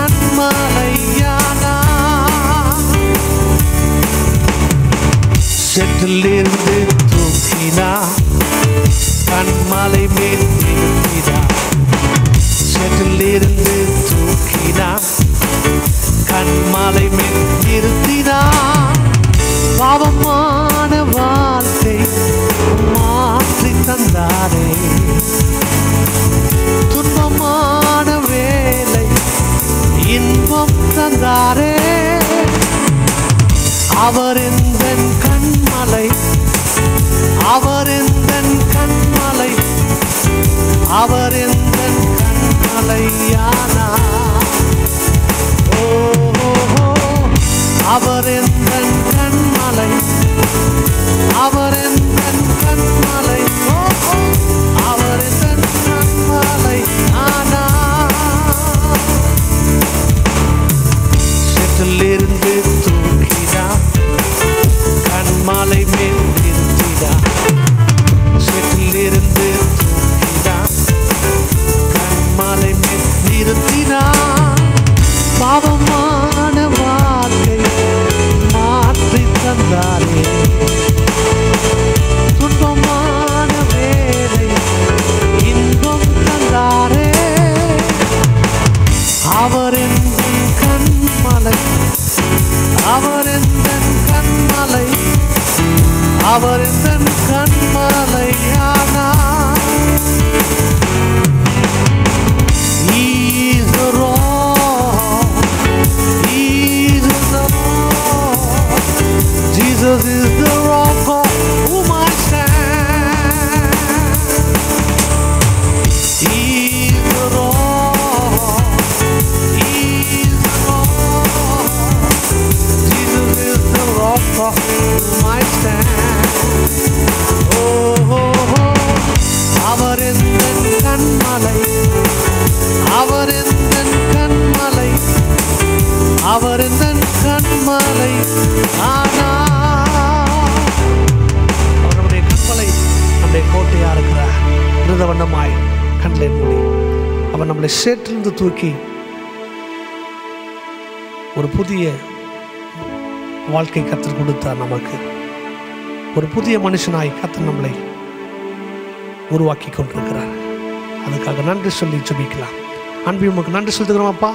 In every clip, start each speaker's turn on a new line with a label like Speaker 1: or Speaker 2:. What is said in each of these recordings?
Speaker 1: அம்மா ஐயா நான் செட்டிலிருந்து தூக்கினா கண்மலை மேல் எழுப்பினா செட்டிலிருந்து தூக்கினா கண்மலை மேல் இருத்தினா பாவமான வாழ்க்கை மாற்றி தந்தாரே துன்பமான வேலை இன்பம் தந்தாரே அவர் எந்தன் கண்மலை அவர் எந்தன் கண்மலை அவர் எந்தன் கண்மலையானா ஓஹோ அவர் எந்தன் கண்மலை அவர் எந்தன் கண்மலை ஓஹோ அவர் எந்தன் கண்மலை ஆனா செட்டிலிருந்து தூக்கினான் கண்மாலை மேல் நிறுத்திடா செட்டிலிருந்து தூக்கிடா கண்மாலை மேல் நிறுத்தினா பாவமான வாழ்க்கை மாற்றி தந்தாரே துன்பமான வேலை இன்பம் தந்தாரே அவர் என் கண்மலை அவர் எந்த கண்மலை அவர் எந்த கண்மலையானா He's the Lord. He's the Lord. Jesus is the rock on whom I stand. He's the Lord. He's the Lord. Jesus is the rock of my stand. Oh, oh, oh. அவர் எந்தன் கண்மலை அவர் எந்தன் கண்மலை அவர் எந்தன் கண்மலை ஆனா அவர் நம்முடைய கண்மலை நம்முடைய கோட்டையா இருக்கிறார் இருந்த வண்ணமாய் கண்ணிலே மூடி அவர் நம்மளை சேற்றிலிருந்து தூக்கி ஒரு புதிய வாழ்க்கை கற்றுக் கொடுத்தார் நமக்கு ஒரு புதிய மனுஷனாய் கத்தர் நம்மளை உருவாக்கி கொண்டிருக்கிறார் அதுக்காக நன்றி சொல்லி ஜெபிக்கலாம் அன்பு உமக்கு நன்றி சொல்லுகிறோம் அப்பா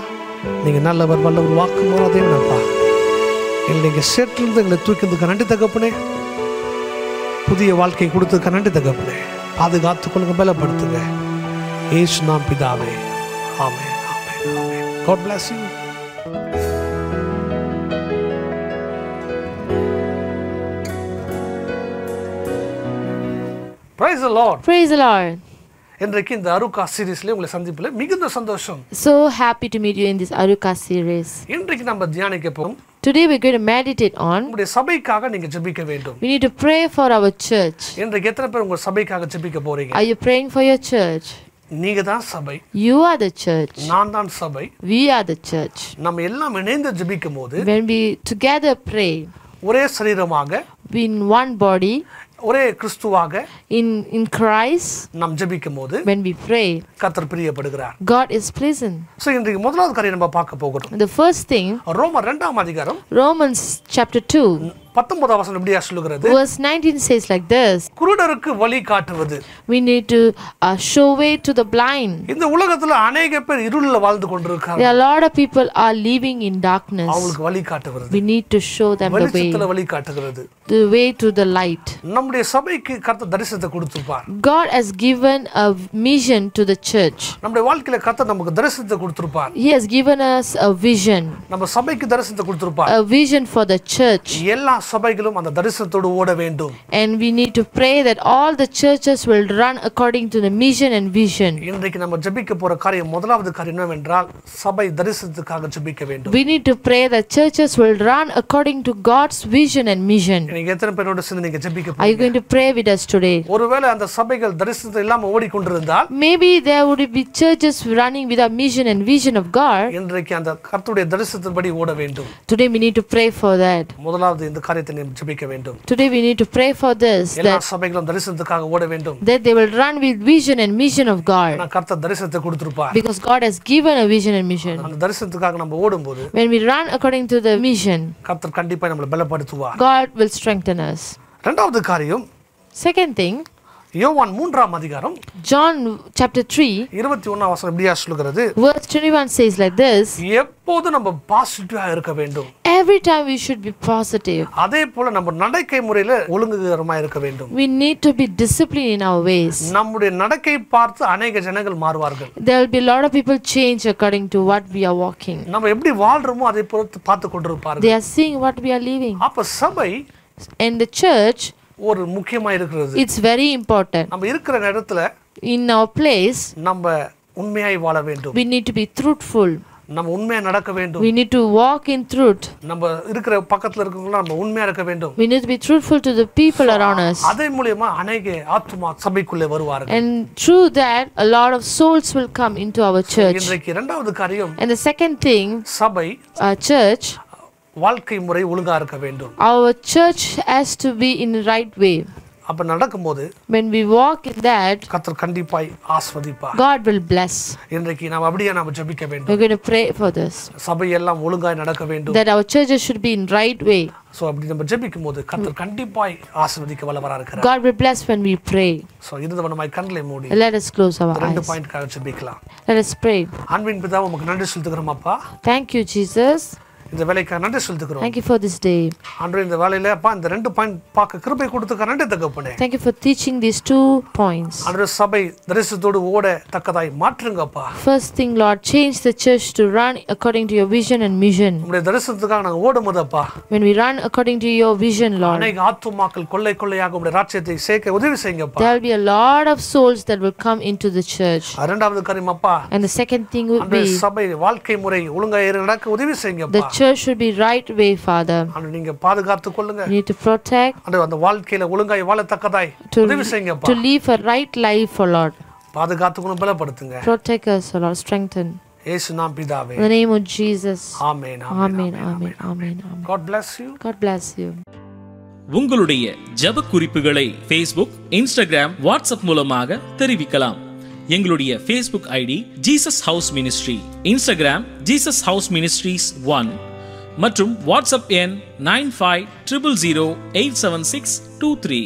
Speaker 1: நீங்கள் நல்லவர் வல்லவர் வாக்கு மாறாதே அப்பா எங்களை நீங்கள் சேற்றிலிருந்து எங்களை தூக்கியதுக்கு நன்றி தகப்பனே புதிய வாழ்க்கை கொடுத்ததுக்கு நன்றி தகப்பனே பாதுகாத்துக் கொள்ளுங்க பலப்படுத்துங்க ஏசு நாம் பிதாவே ஆமே ஆமே amen God bless you praise Lord
Speaker 2: Praise the Lord.
Speaker 1: இன்றைக்கு இந்த அருகா சீரீஸ்ல உங்களை சந்திப்பில் மிகுந்த சந்தோஷம்
Speaker 2: So happy to meet you in this Aruka series.
Speaker 1: இன்றைக்கு நம்ம தியானிக்க போறோம்
Speaker 2: Today we're going to meditate on.
Speaker 1: உங்களுடைய சபைக்காக நீங்க ஜெபிக்க வேண்டும்
Speaker 2: We need to pray for our church.
Speaker 1: இன்றைக்கு எத்தனை பேர் உங்க சபைக்காக ஜெபிக்க போறீங்க
Speaker 2: Are you praying for your church?
Speaker 1: நீங்க தான் சபை
Speaker 2: You are the church.
Speaker 1: நான் தான் சபை
Speaker 2: We are the church.
Speaker 1: நம்ம எல்லாம் இணைந்து ஜெபிக்கும் போது
Speaker 2: When we together pray
Speaker 1: ஒரே சரீரமாக
Speaker 2: in one body
Speaker 1: ஒரே கிறிஸ்துவாக
Speaker 2: in in Christ,
Speaker 1: நாம் ஜெபிக்கும் போது
Speaker 2: when we pray,
Speaker 1: கத்தர் பிரியப்படுகிறார்
Speaker 2: God is pleasant.
Speaker 1: ஸோ இன்றைக்கு முதலாவது காரியம் நம்ம பார்க்க போகிறோம்
Speaker 2: The first thing,
Speaker 1: ரோமர் இரண்டாம் அதிகாரம்
Speaker 2: Romans chapter 2,
Speaker 1: பத்தொன்பதாம் வசனம் இப்படியா சொல்லுகிறது
Speaker 2: verse 19 says like this.
Speaker 1: குருடருக்கு வழி காட்டுவது
Speaker 2: We need to uh, show way to the blind.
Speaker 1: இந்த உலகத்துல அநேக பேர் இருளில் வாழ்ந்து கொண்டிருக்காங்க
Speaker 2: There are a lot of people are living in darkness.
Speaker 1: அவங்களுக்கு வழி காட்டுகிறது
Speaker 2: We need to show them the way,
Speaker 1: வெளிச்சத்துல வழி காட்டுகிறது
Speaker 2: the way to the light.
Speaker 1: நம்முடைய சபைக்கு கத்த தரிசனத்தை கொடுத்துருப்பார்
Speaker 2: God has given a mission to the church.
Speaker 1: நம்முடைய வாழ்க்கையில கத்த நமக்கு தரிசனத்தை கொடுத்துருப்பார்
Speaker 2: He has given us a vision,
Speaker 1: நம்ம சபைக்கு தரிசனத்தை கொடுத்துருப்பார்
Speaker 2: a vision for the church.
Speaker 1: எல்லா சபைகளும் அந்த தரிசனத்தோடு ஓட வேண்டும்
Speaker 2: And we need to pray that all the churches will run according to the mission and vision.
Speaker 1: இன்றைக்கு நம்ம ஜெபிக்க போற காரியம் முதலாவது காரியம் என்னவென்றால் சபை தரிசனத்துக்காக ஜெபிக்க வேண்டும்
Speaker 2: We need to pray that churches will run according to God's vision and mission.
Speaker 1: நீங்க எத்தனை பேரோட சேர்ந்து நீங்க ஜெபிக்க
Speaker 2: Are you
Speaker 1: போறீங்க
Speaker 2: going to pray with us today?
Speaker 1: ஒருவேளை அந்த சபைகள் தரிசனத்தை இல்லாம ஓடிக்கொண்டிருந்தால்
Speaker 2: Maybe there would be churches running without mission and vision of God.
Speaker 1: இன்றைக்கு அந்த கர்த்தருடைய தரிசனத்தின்படி ஓட வேண்டும்
Speaker 2: Today we need to pray for that.
Speaker 1: முதலாவது இந்த காரியத்தை நாம் ஜெபிக்க வேண்டும்
Speaker 2: Today we need to pray for this
Speaker 1: எல்லா
Speaker 2: that,
Speaker 1: சபைகளும் தரிசனத்துக்காக ஓட வேண்டும்
Speaker 2: that they will run with vision and mission of God
Speaker 1: ஆனால் கர்த்தர் தரிசனத்தை கொடுத்திருப்பார்
Speaker 2: because God has given a vision and mission.
Speaker 1: அந்த தரிசனத்துக்காக நம்ம ஓடும்போது
Speaker 2: When we run according to the mission,
Speaker 1: கர்த்தர் கண்டிப்பாக நம்மளை பலப்படுத்துவார்
Speaker 2: God will strengthen us.
Speaker 1: ரெண்டாவது காரியம்
Speaker 2: Second thing,
Speaker 1: யோவான் மூன்றாம் அதிகாரம்
Speaker 2: John chapter 3,
Speaker 1: இருபத்தி ஒன்றாம் வசனம் இப்படியா சொல்லுகிறது
Speaker 2: verse 21 says like this
Speaker 1: எப்போது நம்ம பாசிட்டிவாக இருக்க வேண்டும்
Speaker 2: Every time we should be positive.
Speaker 1: அதே போல நம்ம நடக்கை முறையில ஒழுங்குகரமா இருக்க வேண்டும்
Speaker 2: We need to be disciplined in our ways.
Speaker 1: நம்முடைய நடக்கை பார்த்து அநேக ஜனங்கள் மாறுவார்கள்
Speaker 2: There will be a lot of people change according to what we are walking.
Speaker 1: நம்ம எப்படி வாழ்றோமோ அதை பொறுத்து பார்த்து கொண்டிருப்பார்கள்
Speaker 2: They are seeing what we are living.
Speaker 1: அப்ப சபை
Speaker 2: And the church,
Speaker 1: ஒரு முக்கியமா இருக்கிறது
Speaker 2: it's very important.
Speaker 1: நம்ம இருக்கிற இடத்துல
Speaker 2: In our place,
Speaker 1: நம்ம உண்மையாய் வாழ வேண்டும்
Speaker 2: we need to be truthful.
Speaker 1: நம்ம உண்மையா நடக்க வேண்டும்
Speaker 2: We need to walk in truth.
Speaker 1: நம்ம இருக்கிற பக்கத்துல இருக்கிறவங்க நம்ம உண்மையா இருக்க வேண்டும்
Speaker 2: We need to be truthful to the people around us.
Speaker 1: அதே மூலியமா அநேக ஆத்துமா சபைக்குள்ளே வருவார்கள்
Speaker 2: And through that, a lot of souls will come into our church.
Speaker 1: இன்றைக்கு இரண்டாவது காரியம்
Speaker 2: And the second thing,
Speaker 1: சபை
Speaker 2: our church,
Speaker 1: வாழ்க்கை முறை ஒழுங்கா இருக்க வேண்டும்
Speaker 2: our church has to be in the right way.
Speaker 1: அப்ப நடக்கும்போது
Speaker 2: When we walk in that,
Speaker 1: கர்த்தர் கண்டிப்பாய் ஆஸ்வதிப்பார்
Speaker 2: God will bless.
Speaker 1: இன்றைக்கு நாம் அப்படியே நாம் ஜெபிக்க வேண்டும்
Speaker 2: We're going to pray for this
Speaker 1: சபையெல்லாம் ஒழுங்காய் நடக்க வேண்டும்
Speaker 2: that our churches should be in right way.
Speaker 1: So அப்படி நம்ம ஜெபிக்கும் போது கர்த்தர் கண்டிப்பாய் ஆசீர்வதிக்க வல்லவரா இருக்கிறார்
Speaker 2: God will bless when we pray.
Speaker 1: So இருந்தவன் நம்ம கண்களை மூடி
Speaker 2: Let us close our
Speaker 1: ரெண்டு
Speaker 2: eyes.
Speaker 1: பாயிண்ட்காக ஜெபிக்கலாம்
Speaker 2: Let us pray.
Speaker 1: அன்பின் பிதா உமக்கு நன்றி செலுத்துக்கிறோம் அப்பா
Speaker 2: Thank you, Jesus.
Speaker 1: இந்த வேலைக்காக நன்றி செலுத்துக்கிறோம்
Speaker 2: Thank you for this day.
Speaker 1: அன்று இந்த வேலையில அப்பா இந்த ரெண்டு பாயிண்ட் பார்க்க கிருபை கொடுத்துக்க நன்றி தகப்பனே
Speaker 2: Thank you for teaching these two points.
Speaker 1: அன்று சபை தரிசனத்தோடு ஓட தக்கதாய் மாற்றுங்கப்பா
Speaker 2: First thing, Lord, change the church to run according to your vision and mission.
Speaker 1: உங்களுடைய தரிசனத்துக்காக நாங்கள் ஓடும்போது அப்பா
Speaker 2: When we run according to your vision, Lord,
Speaker 1: அநேக ஆத்துமாக்கள் கொள்ளை கொள்ளையாக உங்களுடைய ராட்சியத்தை சேர்க்க உதவி செய்யுங்கப்பா
Speaker 2: there will be a lot of souls that will come into the church.
Speaker 1: இரண்டாவது காரியம் அப்பா
Speaker 2: And the second thing would
Speaker 1: அன்று
Speaker 2: be
Speaker 1: சபை வாழ்க்கை முறை ஒழுங்கா இரு- நடக்க உதவி
Speaker 2: the
Speaker 1: செய்யுங்கப்பா
Speaker 2: church should be right way, Father.
Speaker 1: அன்று நீங்க பாதுகாத்து கொள்ளுங்க
Speaker 2: You need to protect,
Speaker 1: அன்று அந்த வாழ்க்கையில ஒழுங்காய் வாழத்தக்கதாய்
Speaker 2: To-
Speaker 1: உதவி
Speaker 2: to
Speaker 1: செய்யுங்கப்பா
Speaker 2: live a right life, O Lord.
Speaker 1: பாதுகாத்துக்கணும் பலப்படுத்துங்க
Speaker 2: Protect us, O Lord. Strengthen.
Speaker 1: ஏசு நாம் பிதாவே
Speaker 2: In the name of Jesus.
Speaker 1: Amen
Speaker 2: Amen. Amen. Amen. Amen.
Speaker 1: God bless you
Speaker 2: God bless you.
Speaker 3: உங்களுடைய ஜெப குறிப்புகளை Facebook, Instagram, வாட்ஸ்அப் மூலமாக தெரிவிக்கலாம் எங்களுடைய Facebook ID Jesus House ministry Instagram Jesus House ministries one மற்றும் WhatsApp எண் nine five triple zero eight seven six two three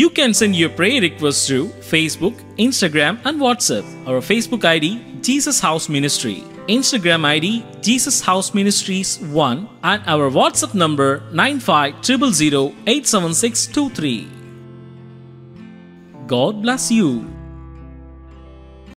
Speaker 3: You can send your prayer requests through Facebook, Instagram, and WhatsApp. Our Facebook ID, Jesus House Ministry. Instagram ID, Jesus House Ministries 1. And our WhatsApp number, 950087623. God bless you.